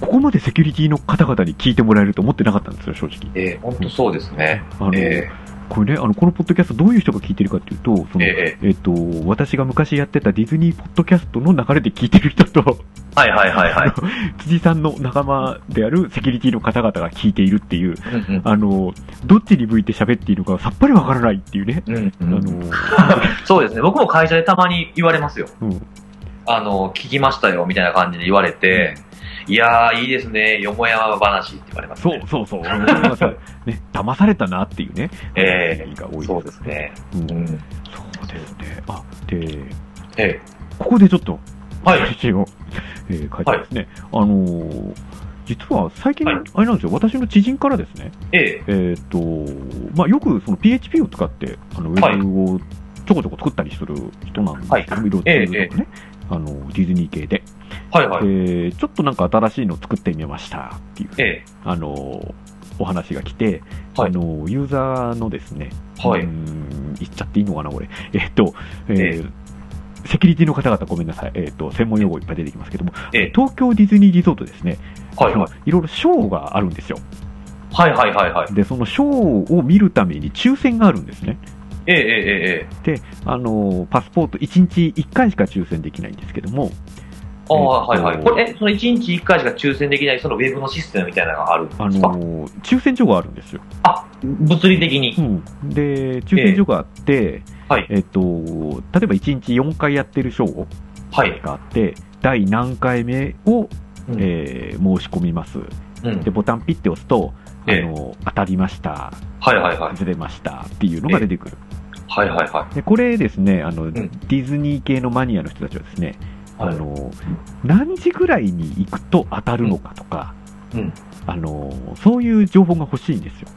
ここまでセキュリティの方々に聞いてもらえると思ってなかったんですよ、正直。ええ本当そうですね。あのえこれね、あの、このポッドキャストどういう人が聞いてるかっていうと、その、ええっ、と、私が昔やってたディズニーポッドキャストの流れで聞いてる人と、 えはいはいはいはい。辻さんの仲間であるセキュリティの方々が聞いているっていう、うんうんあの、どっちに向いて喋っているのかさっぱりわから ないっていうね。うんあうんの、そうですね、僕も会社でたまに言われますよ。うんあの、聞きましたよ、みたいな感じで言われて、いやー、いいですね、よもやま話って言われますそねう。そうそう。あのごめんなさ いね、騙されたなっていうね、ええ話が多いですそうです。ね。うんうそん。うですね。あ、で、えここでちょっと、え。はい。一応、えー書いてますね。あのー実は最近、はいあれなんですよ、私の知人からですね、ええ。えっ、と、まあ、よくその PHP を使って、あのウはいェブをちょこちょこ作ったりする人なんですけど、はいいろいろええとかね、あのディズニー系で、はいはい。えーちょっとなんか新しいの作ってみましたっていう、ええ。あのお話が来て、はいあのユーザーのですね、はいうーん言っちゃっていいのかな、これ、 えっと、えーセキュリティの方々、ごめんなさい、えっと専門用語いっぱい出てきますけども、ええ。東京ディズニーリゾートですね、はいあのはいろいろショーがあるんですよ。い。はいはいはいはい。で、そのショーを見るために抽選があるんですね。ええええええ。あの、パスポート1日1回しか抽選できないんですけども、あえあ、っはいとはい。これ、え、その1日1回しか抽選できない、そのウェブのシステムみたいなのがあるんであすかの、抽選所があるんですよ。あ、物理的にう。ん。で、抽選所があって、はいえっと、例えば1日4回やってるショーはい。があって、第何回目を、うんえー申し込みます。うんで、。ボタンピッて押すと、あええの、当たりました、はいはいはい。ずれましたっていうのが出てくる。はいはいはでこれですねあの、んディズニー系のマニアの人たちはですね、はいあの何時ぐらいに行くと当たるのかとか、うんうんあのそういう情報が欲しいんですよ。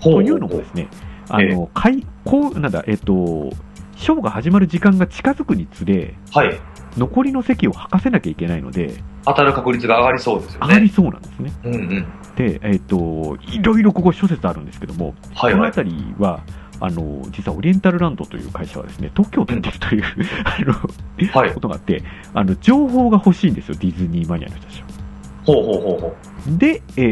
い。ほというのもですねあえの、かいこうなんだえっ、とショーが始まる時間が近づくにつれはい。残りの席を吐かせなきゃいけないので当たる確率が上がりそうですよ上がりね。そうなんですね。うんうん。で、えっといろいろここ諸説あるんですけども、はいこのはい。辺りはあの実はオリエンタルランドという会社はですね東京都に出るという、あのはいこ。とがあって、あの情報が欲しいんですよ、ディズニーマニアの人たちは。ほうほうほうほう。で、え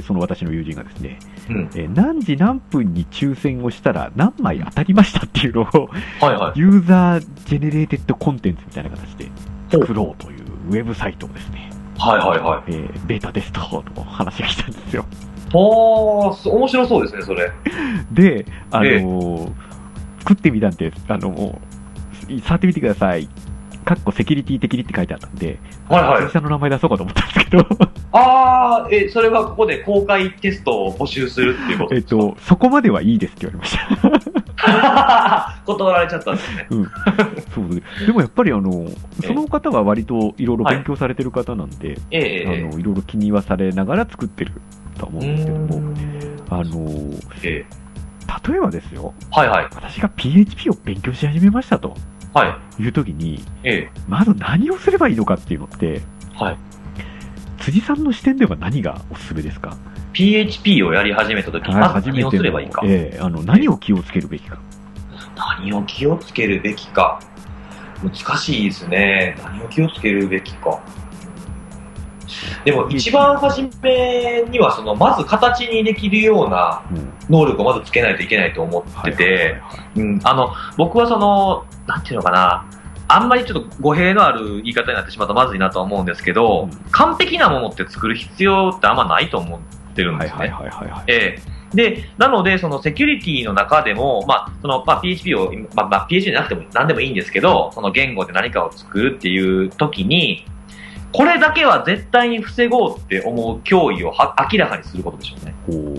ーその私の友人がですね、うん。えー何時何分に抽選をしたら何枚当たりましたっていうのを、はいはい。ユーザージェネレーテッドコンテンツみたいな形で作ろうというウェブサイトをですね、はいはいはえーベータテストの話が来たんですよ。い。ほーす、面白そうですね、それ。で、あのー作ってみたんです。あのー触ってみてください。かっこセキュリティ的にって書いてあったんで、はいはい会。社の名前出そうかと思ったんです けど、あー、え、それはここで公開テストを募集するっていうこえとでっすか、と、そこまではいいですって言われました。 断られちゃったんですね。そうですでもやっぱりあの、えその方は割といろいろ勉強されてる方なんで、えええあのいろいろ気にはされながら作ってるとは思えうえんですけどうーも、んあのええ例えばですよ、はいはい。私が PHP を勉強し始めましたとはい。いう時に、ええまず何をすればいいのかっていうのって、はい辻さんの視点では何がおすすめですか PHP をやり始めたとき、まず何をすればいいか。ええあの何を気をつけるべきか。何を気をつけるべきか。難しいですね。何を気をつけるべきか。でも一番初めにはそのまず形にできるようなうん能力をまずつけないといけないと思ってて、うんあの僕はそのなんていうのかなあんまりちょっと語弊のある言い方になってしまうとまずいなとは思うんですけど、うん完璧なものって作る必要ってあんまないと思ってるんはでいすね。はいはいはいはいはい。ええで、なので、そのセキュリティの中でも、まあ、その、まあ、PHP を、まあ、まあ、PHP じゃなくても何でもいいんですけど、その言語で何かを作るっていう時に、これだけは絶対に防ごうって思う脅威をは明らかにすることでしょうね。ほう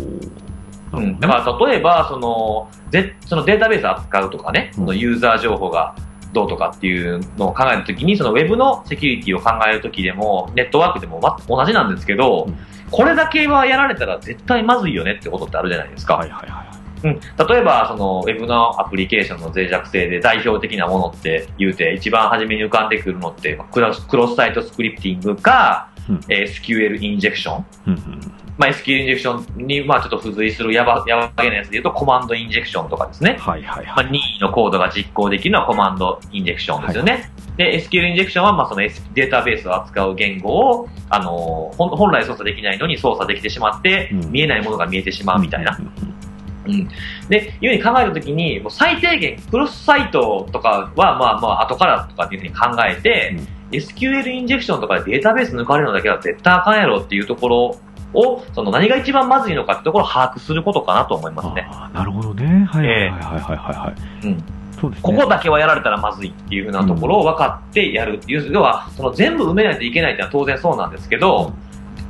なうるん。だから、例えば、その、ぜそのデータベース扱うとかね、そのユーザー情報がどうとかっていうのを考えるときに、そのウェブのセキュリティを考えるときでも、ネットワークでもま同じなんですけどうん、これだけはやられたら絶対まずいよねってことってあるじゃないですか。はいはいはいはい。うん、例えば、その、ウェブのアプリケーションの脆弱性で代表的なものって言うて、一番初めに浮かんでくるのって、まあクロスクロスサイトスクリプティングか、うんえー SQL インジェクション。うんうんまあ、SQL インジェクションに、まあ、ちょっと付随するやば、やばげなやつで言うと、コマンドインジェクションとかですね。はいはいまはあ、任意のコードが実行できるのはコマンドインジェクションですよね。で、SQL インジェクションは、まあ、その、S、データベースを扱う言語を、あのーほん本来操作できないのに操作できてしまって、うん見えないものが見えてしまうい。みたいな。うんうんうん。うん、でいうふうに考えるときに、もう最低限、クロスサイトとかは、まあまあ、後からとかっていうふうに考えて、SQL インジェクションとかでデータベース抜かれるのだけは絶対あかんやろっていうところを、その何が一番まずいのかってところを把握することかなと思いますね。ああ、なるほどね。はいはいええはいはいはいはい。うんそうですこね。こだけはやられたらまずいっていうふうなところを分かってやるっていう、要は、その全部埋めないといけないっていうのは当然そうなんですけど、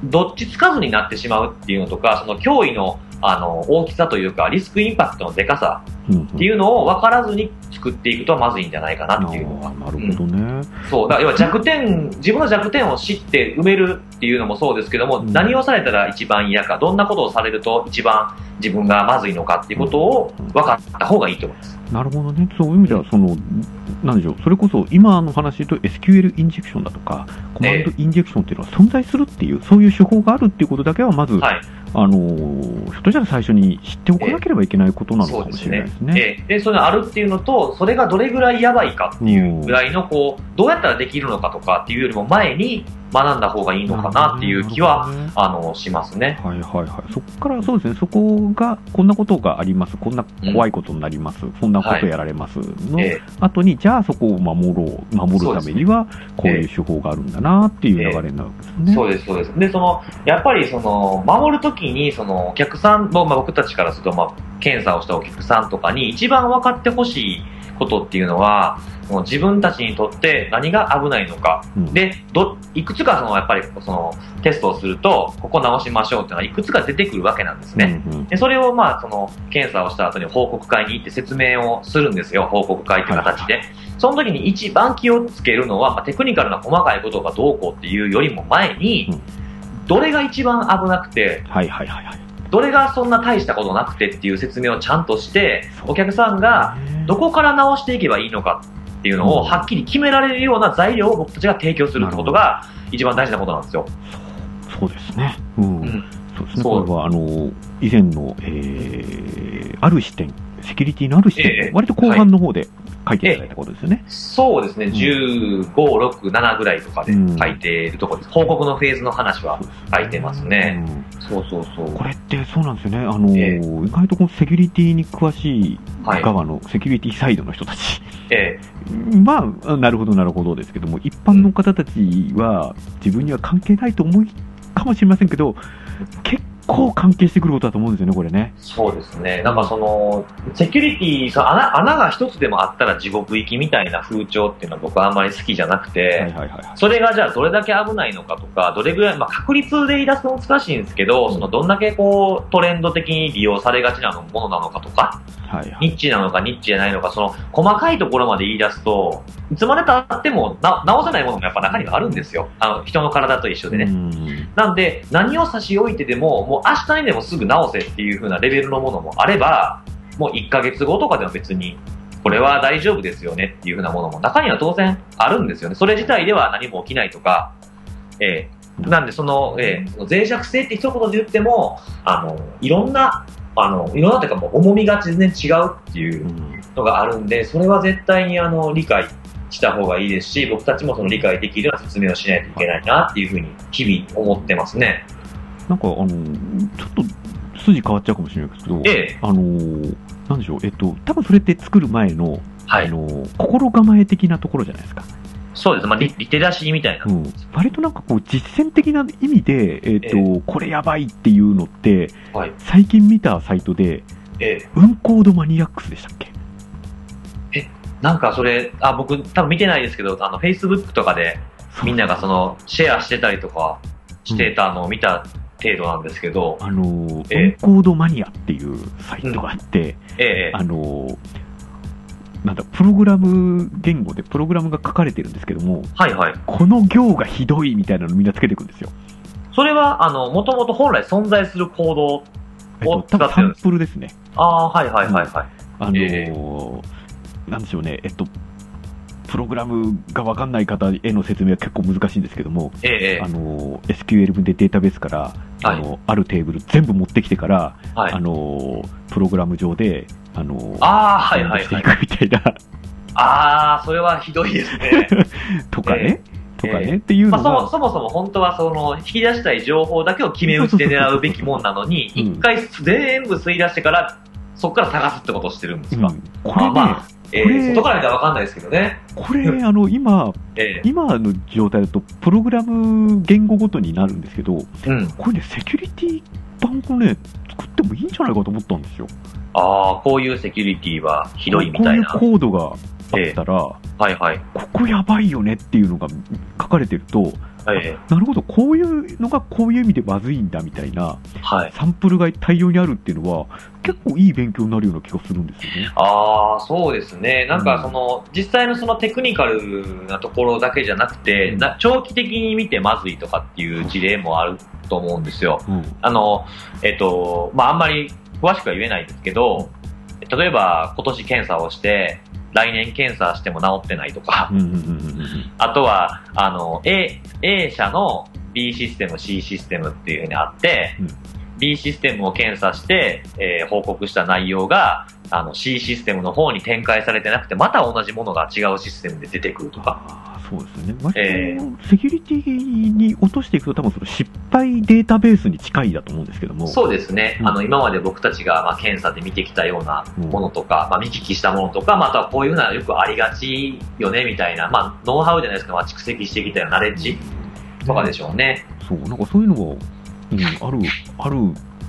どっちつかずになってしまうっていうのとか、その脅威の、あの、大きさというか、リスクインパクトのでかさううんっていうのを分からずに作っていくとまずいんじゃないかなっていうのあはー。なるほどね。そう、だから要は弱点、自分の弱点を知って埋めるっていうのもそうですけども、うん何をされたら一番嫌か、どんなことをされると一番自分がまずいのかっていうことを分かった方がいいと思います。なるほどね。そういう意味では、その、なんでしょう、それこそ今の話で言うと SQL インジェクションだとか、コマンドインジェクションっていうのは存在するっていう、そういう手法があるっていうことだけは、まず、はい。あのー、ひょっとしたら最初に知っておかなければいけないことなのかもしれないですね。ええで、それがあるっていうのと、それがどれぐらいやばいかっていうぐらいの、こう、どうやったらできるのかとかっていうよりも前に学んだ方がいいのかなっていう気なは、るほどね。あの、しますね。はいはいはい。そこから、そうですね、そこが、こんなことがあります、こんな怖いことになります、こんなことやられます、のえ後に、じゃあそこを守ろう、守るためには、こそううですねいう手法があるんだなっていう流れになるわけですね。そうです、そうです。で、その、やっぱりその、守るときに、その、お客さんの、まあ、僕たちからすると、まあ、検査をしたお客さんとかに一番分かってほしいことっていうのは、その自分たちにとって何が危ないのか。うんで、ど、いくつかその、やっぱり、その、テストをすると、ここ直しましょうっていうのがいくつか出てくるわけなんですね。うんうんで、それをまあ、その、検査をした後に報告会に行って説明をするんですよ、報告会という形で。その時に一番気をつけるのは、まあ、テクニカルな細かいことがどうこうっていうよりも前に、うんどれが一番危なくて、はいはいはいはい。どれがそんな大したことなくてっていう説明をちゃんとして、お客さんがどここから直していけばいいのかっていうのをうんはっきり決められるような材料を僕たちが提供するってことが一番大事なことなんですよ。そうですね。うん。うんそうですね。そこうれは、あの、以前の、えー、ある視点、セキュリティのある視点、ええ割と後半の方で書いていただいたことですよね。そうですね、ん15、6、7ぐらいとかでうん書いているところです。報告のフェーズの話はそうですね書いてますね。うんそうそうそう。これってそうなんですよね、あのーえ意外とこのセキュリティに詳しいはい。側の、セキュリティサイドの人たち、えまあ、なるほど、なるほどですけども、一般の方たちは自分には関係ないと思いかもしれませんけど、結構関係してくることだと思うんですよね、これね。そうですね。なんかその、セキュリティ、その穴穴が一つでもあったら地獄行きみたいな風潮っていうのは僕はあんまり好きじゃなくて、はいはいはいはい。それがじゃあどれだけ危ないのかとか、どれぐらい、まあ確率で言い出すの難しいんですけど、そのどんだけこうトレンド的に利用されがちなのものなのかとか、はいはいニッチなのかニッチじゃないのか、その細かいところまで言い出すと、いつまで経ってもな直せないものもやっぱ中にはあるんですよ。あの人の体と一緒でね。うんなんで、何を差し置いてでも、もう明日にでもすぐ直せっていう風なレベルのものもあれば、もう1ヶ月後とかでも別に、これは大丈夫ですよねっていう風なものも中には当然あるんですよね。それ自体では何も起きないとか、ええなんでその、ええその脆弱性って一言で言っても、あの、いろんな、あの、いろんなというかもう重みが全然違うっていううんのがあるんで、それは絶対にあの理解した方がいいですし、僕たちもその理解できるような説明をしないといけないなっていうふうに日々思ってますね。なんか、あのーちょっと筋変わっちゃうかもしれないですけど、ええ、あのーなんでしょう、えっと、多分それって作る前の、はあい。のー心構え的なところじゃないですか。そうです。まあ、リリテラシーみたいなう。ん、割となんかこう実践的な意味で、えっとえこれやばいっていうのって、はい最近見たサイトでええ、運行ドマニアックスでしたっけなんかそれ、あ、僕多分見てないですけど、あの、Facebook とかでみんながその、シェアしてたりとかしてたのを見た程度なんですけど、あの、ええ運行ドマニアっていうサイトがあって、ええ、あのなんだプログラム言語でプログラムが書かれてるんですけどもはいはい。この行がひどいみたいなのみんなつけていくんですよ、それは、あの、もともと本来存在する行動。えっとお多分使ってサるンんですプルですねああー、はいはいはいはい。あのーえなんでしょうね、えっと、プログラムが分かんない方への説明は結構難しいんですけども、ええ、えあのー SQL 分でデータベースから、あのーあるテーブル全部持ってきてから、え、はいあ。のープログラム上で、あのーああ、はいはいしてはいい。くみたいな、 ああ、それはひどいですね。とかね、とかね、えっていうまあ、のそが、もそもそも本当はその引き出したい情報だけを決め打ちで狙うべきもんなのに、うん一回全部吸い出してから、そこから探すってことをしてるんですうんか。これね、あまあ、えこれー、外から見たらわかんないですけどね。これあの今、え今の状態だと、プログラム言語ごとになるんですけど、えうん。これね、セキュリティ版をね、作ってもいいんじゃないかと思ったんですよ。ああ、こういうセキュリティはひどいみたいな。こういうコードがあったら、はいはい。ここやばいよねっていうのが書かれてると、はい。なるほど、こういうのがこういう意味でまずいんだみたいな、はい。サンプルが大量にあるっていうのは、結構いい勉強になるような気がするんですよね。ああ、そうですね。なんうんかその、実際のそのテクニカルなところだけじゃなくて、うんな長期的に見てまずいとかっていう事例もあると思うんですよ。うん。あの、えっと、まあ、あんまり詳しくは言えないですけど、例えば今年検査をして、来年検査しても治ってないとか、 うんうんうんうんうんあとは、あの、A、A 社の B システム、C システムっていうふうにあって、うん B システムを検査して、えー報告した内容が、あの、C システムの方に展開されてなくて、また同じものが違うシステムで出てくるとか。あーそうですよね割とえセキュリティに落としていくと、多分その失敗データベースに近いだと思うんですけども、そうですね。うんあの、今まで僕たちが、まあ、検査で見てきたようなものとか、まあ、見聞きしたものとか、またはこういうのはよくありがちよね、みたいな、まあ、ノウハウじゃないですか、まあ、蓄積してきたようなナレッジとかでしょうね。そう、なんかそういうのも、うん、ある、ある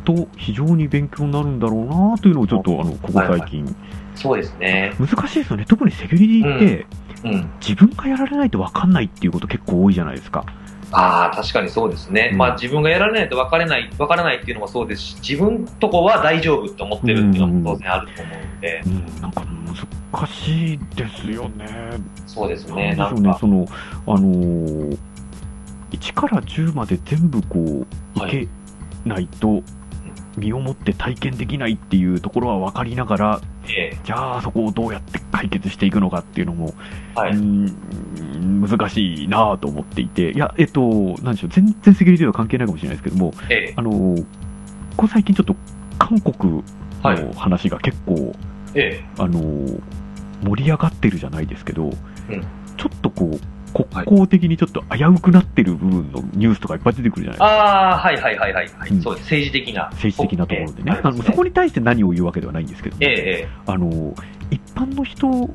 と非常に勉強になるんだろうなというのをちょっと、あの、ここ最近、そうですね。難しいですよね。特にセキュリティって、うん。自分がやられないと分かんないっていうこと結構多いじゃないですか。ああ、確かにそうですね。うんまあ自分がやられないと分かれない、分からないっていうのもそうですし、自分とこは大丈夫と思ってるっていうのも当然あると思うんで、うん、なんか難しいですよね。そうですなんね。でしなょうんねか、、その、あのー、1から10まで全部こう、は受いけないと、身をもって体験できないっていうところは分かりながら、ええじゃあそこをどうやって解決していくのかっていうのも、はうい。ん難しいなぁと思っていて、いや、えっと、なんでしょう、全然セキュリティとは関係ないかもしれないですけども、ええあの、ここ最近ちょっと韓国はい。の話が結構、ええあの、盛り上がってるじゃないですけど、ちょっとこう、国交的にちょっと危うくなってる部分のニュースとかいっぱい出てくるじゃないですか。ああ、はいはいはいはい、はいうんそうです。政治的な。政治的なところでねええ、あのそこに対して何を言うわけではないんですけども、えええあの一般の人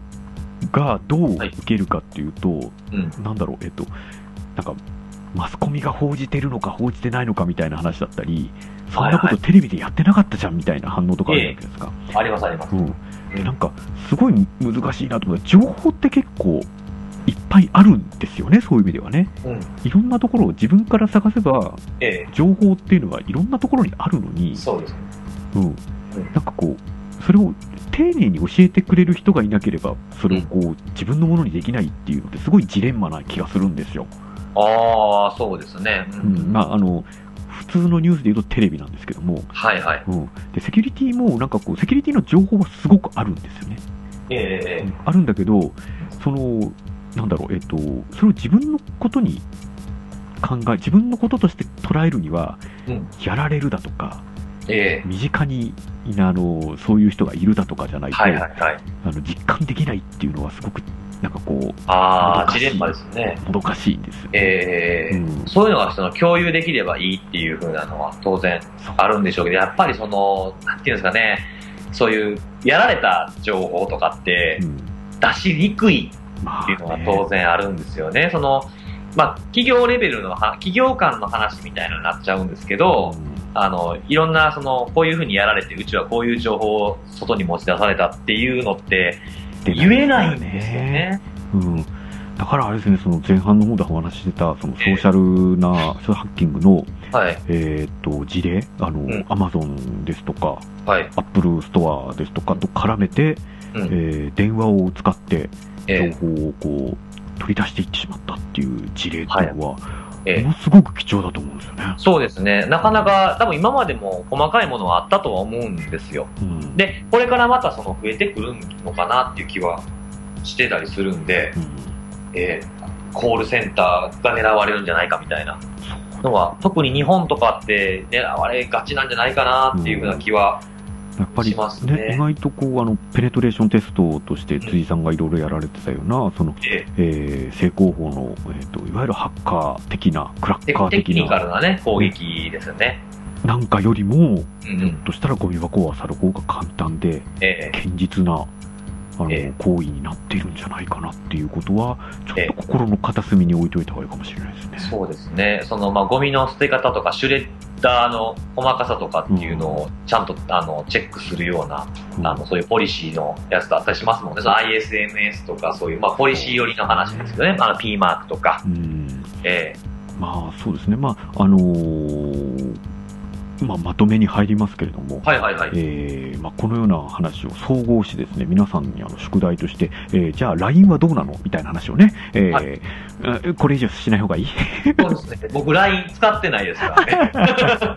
がどう受けるかっていうと、えうん。なんだろう、えっと、なんか、マスコミが報じてるのか報じてないのかみたいな話だったり、そんなこはいとはテレビでやってなかったじゃんみたいな反応とかあるじゃないですか。ありますあります。うん。で、うんなんか、すごい難しいなと思って、情報って結構いっぱいあるんですよね、そういう意味ではね。うん。いろんなところを自分から探せば、ええ情報っていうのはいろんなところにあるのに、そうですね。うん。なんかこう、それを丁寧に教えてくれる人がいなければ、それをこう、自分のものにできないっていうのって、すごいジレンマな気がするんですよ。ああ、そうですね。う。うんんまあ、あの普通のニュースで言うとテレビなんですけども、はいはい。うん、でセキュリティもなんかこうセキュリティの情報はすごくあるんですよね、ええええうんあるんだけどそのなんだろう、えっとそれを自分のことに考え自分のこととして捉えるには、うんやられるだとかえ身近にあのそういう人がいるだとかじゃなえいと、はいはいはい。あの実感できないっていうのはすごくなんかこあもどあ、かしジいレンマですね。うもどかしいんですよえね。えええうんそういうのがその共有できればいいっていう風なのは当然あるんでしょうけど、やっぱりその、なんていうんですかね、そういうやられた情報とかってうん出しにくいまっていうのあはね当然あるんですよね。その、まあ、企業レベルのは、企業間の話みたいなのになっちゃうんですけど、あの、いろんな、その、こういう風にやられて、うちはこういう情報を外に持ち出されたっていうのって、うん言えないんですよね。うん、だからあれですね、その前半の方でお話ししてた、そのソーシャルな、ソーシャルハッキングの、はい、えーっと、事例、あの、んアマゾンですとか、はい。アップルストアですとかと絡めて、うんえー電話を使って、え情え報をこう、取り出していってしまったっていう事例っていうのは、ええものすごく貴重だと思うんですよね。そうですね。なかなか、多分今までも細かいものはあったとは思うんですよ。うん、で、これからまたその増えてくるのかなっていう気はしてたりするんで、うんえーコールセンターが狙われるんじゃないかみたいなのは、特に日本とかって狙われがちなんじゃないかなっていうふうな気は、やっぱりしますね、ね意外とこうあのペネトレーションテストとして辻さんがいろいろやられてたような、そのええー成功法の、えーといわゆるハッカー的なクラッーカーテク的ニカなルなね、攻撃ですよね。なんかよりもうんうひょんっ。としたらゴミ箱を漁る方が簡単でえ堅実なあの、え行為になっているんじゃないかなっていうことはちょえっえと心の片隅に置いといた方がいいかもしれないですねー。そうですね。その、まあ、ゴミの捨て方とか、シュレッダーの細かさとかっていうのを、ちゃんと、あの、チェックするようなうんあの、そういうポリシーのやつだったりしますもんね。その ISMS とかそういう、まあ、ポリシー寄りの話ですよね。あの、P マークとか。うんええまあそうですね、まああのーまあ、まとめに入りますけれども、はいはいはい。えーまあ、このような話を総合してですね皆さんにあの宿題として、えーじゃあ LINE はどうなのみたいな話をね、えーはあこれ以上しない方がいい、 そうですね。僕 LINE 使ってないです からね。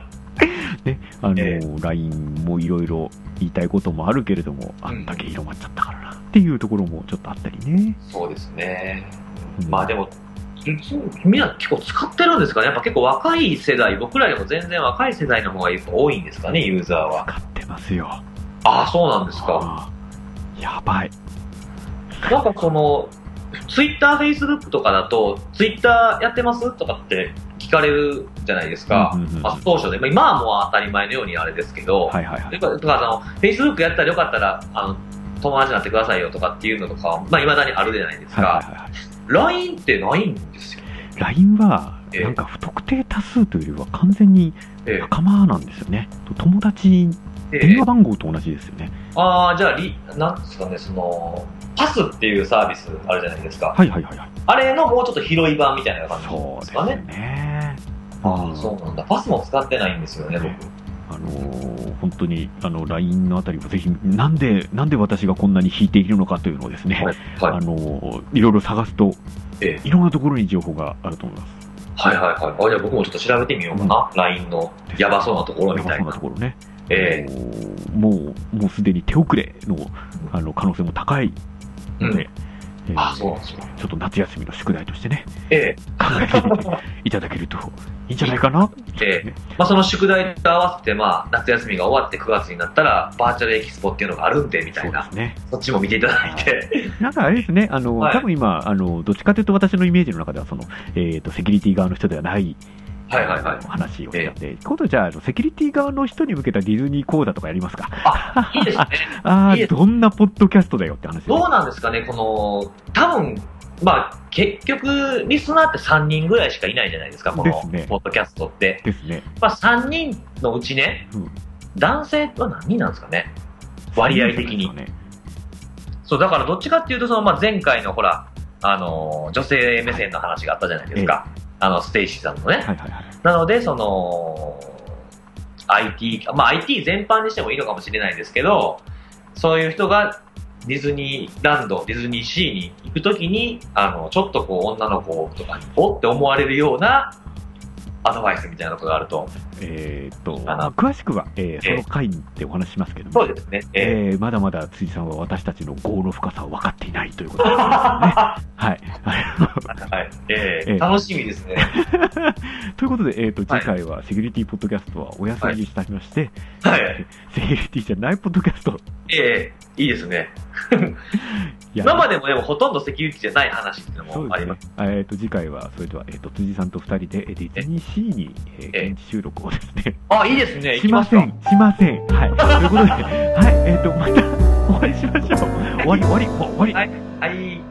ねあのえ LINE もいろいろ言いたいこともあるけれどもあんだけ広まっちゃったからなっていうところもちょっとあったりね。そうですね。うんまあでも、みんな結構使ってるんですかね。やっぱ結構若い世代、僕らよりも全然若い世代の方がやっぱ多いんですかね、ユーザーは。使ってますよ。ああ、そうなんですか。うんやばい。なんかその、ツイッター、フェイスブックとかだと、ツイッターやってますとかって聞かれるじゃないですか。うんうんうんまあ、当初ね、まあ、今はもう当たり前のようにあれですけど、はいはいはやっい。ぱだからあの、Facebook やったらよかったら、あの、友達になってくださいよとかっていうのとかは、まあ、未だにあるじゃないですはいはいか。はいはい LINE ってないんですよ。 LINE は、ええなんか不特定多数というよりは完全にええ仲間なんですよね。友達、え電話番号と同じですよね。ああ、じゃあ、リ、なんですかね、その、パスっていうサービスあるじゃないですか。はいはいはいはい。あれのもうちょっと広い版みたいな感じそでうですすかね。ね。ああ、そうなんだ。パスも使ってないんですよね、僕え。あのー本当にあの LINE のあたりもぜひなんでなんで私がこんなに引いているのかというのをですね、はい。あはい。のーいろいろ探すとええいろんなところに情報があると思います。はいはいはい。あ、じゃあ僕もちょっと調べてみようかな。LINE のやばそうなところみやばたそいうなとな。ころね、えあのーもうもうすでに手遅れのあの可能性も高いので、えーあそうなんですよちょっと夏休みの宿題としてねえ。え考えてみていただけるといいんじゃないかな。え。ええ。 まあ、その宿題と合わせて、まあ、夏休みが終わって9月になったら、バーチャルエキスポっていうのがあるんで、みたそいうでな。すね。そっちも見ていただいて。なんかあれですね、あの、はい多分今、あの、どっちかというと私のイメージの中では、その、えっ、と、セキュリティ側の人ではない、はいはいはいあの話をしてたんで、今度じゃああの、セキュリティ側の人に向けたディズニー講座とかやりますか。あ、いいですね。あいいであ、すどんなポッドキャストだよって話ですどうなんですかね、この、多分まあ、結局、リスナーって3人ぐらいしかいないじゃないですか、このですねポッドキャストって。ですね。まあ、3人のうちね、うん男性は何人なんですかね、割合的にそう。ですねそう、だからどっちかっていうと、その、まあ、前回のほら、あのー女性目線の話があったじゃないですか、あの、ステイシーさんのね。はいはいはい。なので、その、IT、まあ、IT 全般にしてもいいのかもしれないですけど、そういう人がディズニーランド、ディズニーシーに行くときに、あの、ちょっとこう、女の子とかに、おって思われるようなアドバイスみたいなことがあると。えーっと、あの詳しくは、えーその回でお話ししますけども、そうですね。えええーまだまだ辻さんは私たちの業の深さを分かっていないということですね。はい。はい。ええええ楽しみですね。ということで、えー、とはい次回はセキュリティポッドキャストはお休みにしていまして、はい。セキュリティじゃないポッドキャストええいいですね。や今までもでもほとんどセキュリティじゃない話っていうのそうもあですりねます。。えー、と次回は、それでは、えー、と辻さんと二人でえーディズニーシーに、ええー現地収録をですね、あ、いいですね。し行きまますせか。ん、しません。はい。ということで、はい、えー、とまたお会いしましょう。終わり、終わり、もう終わり。はい。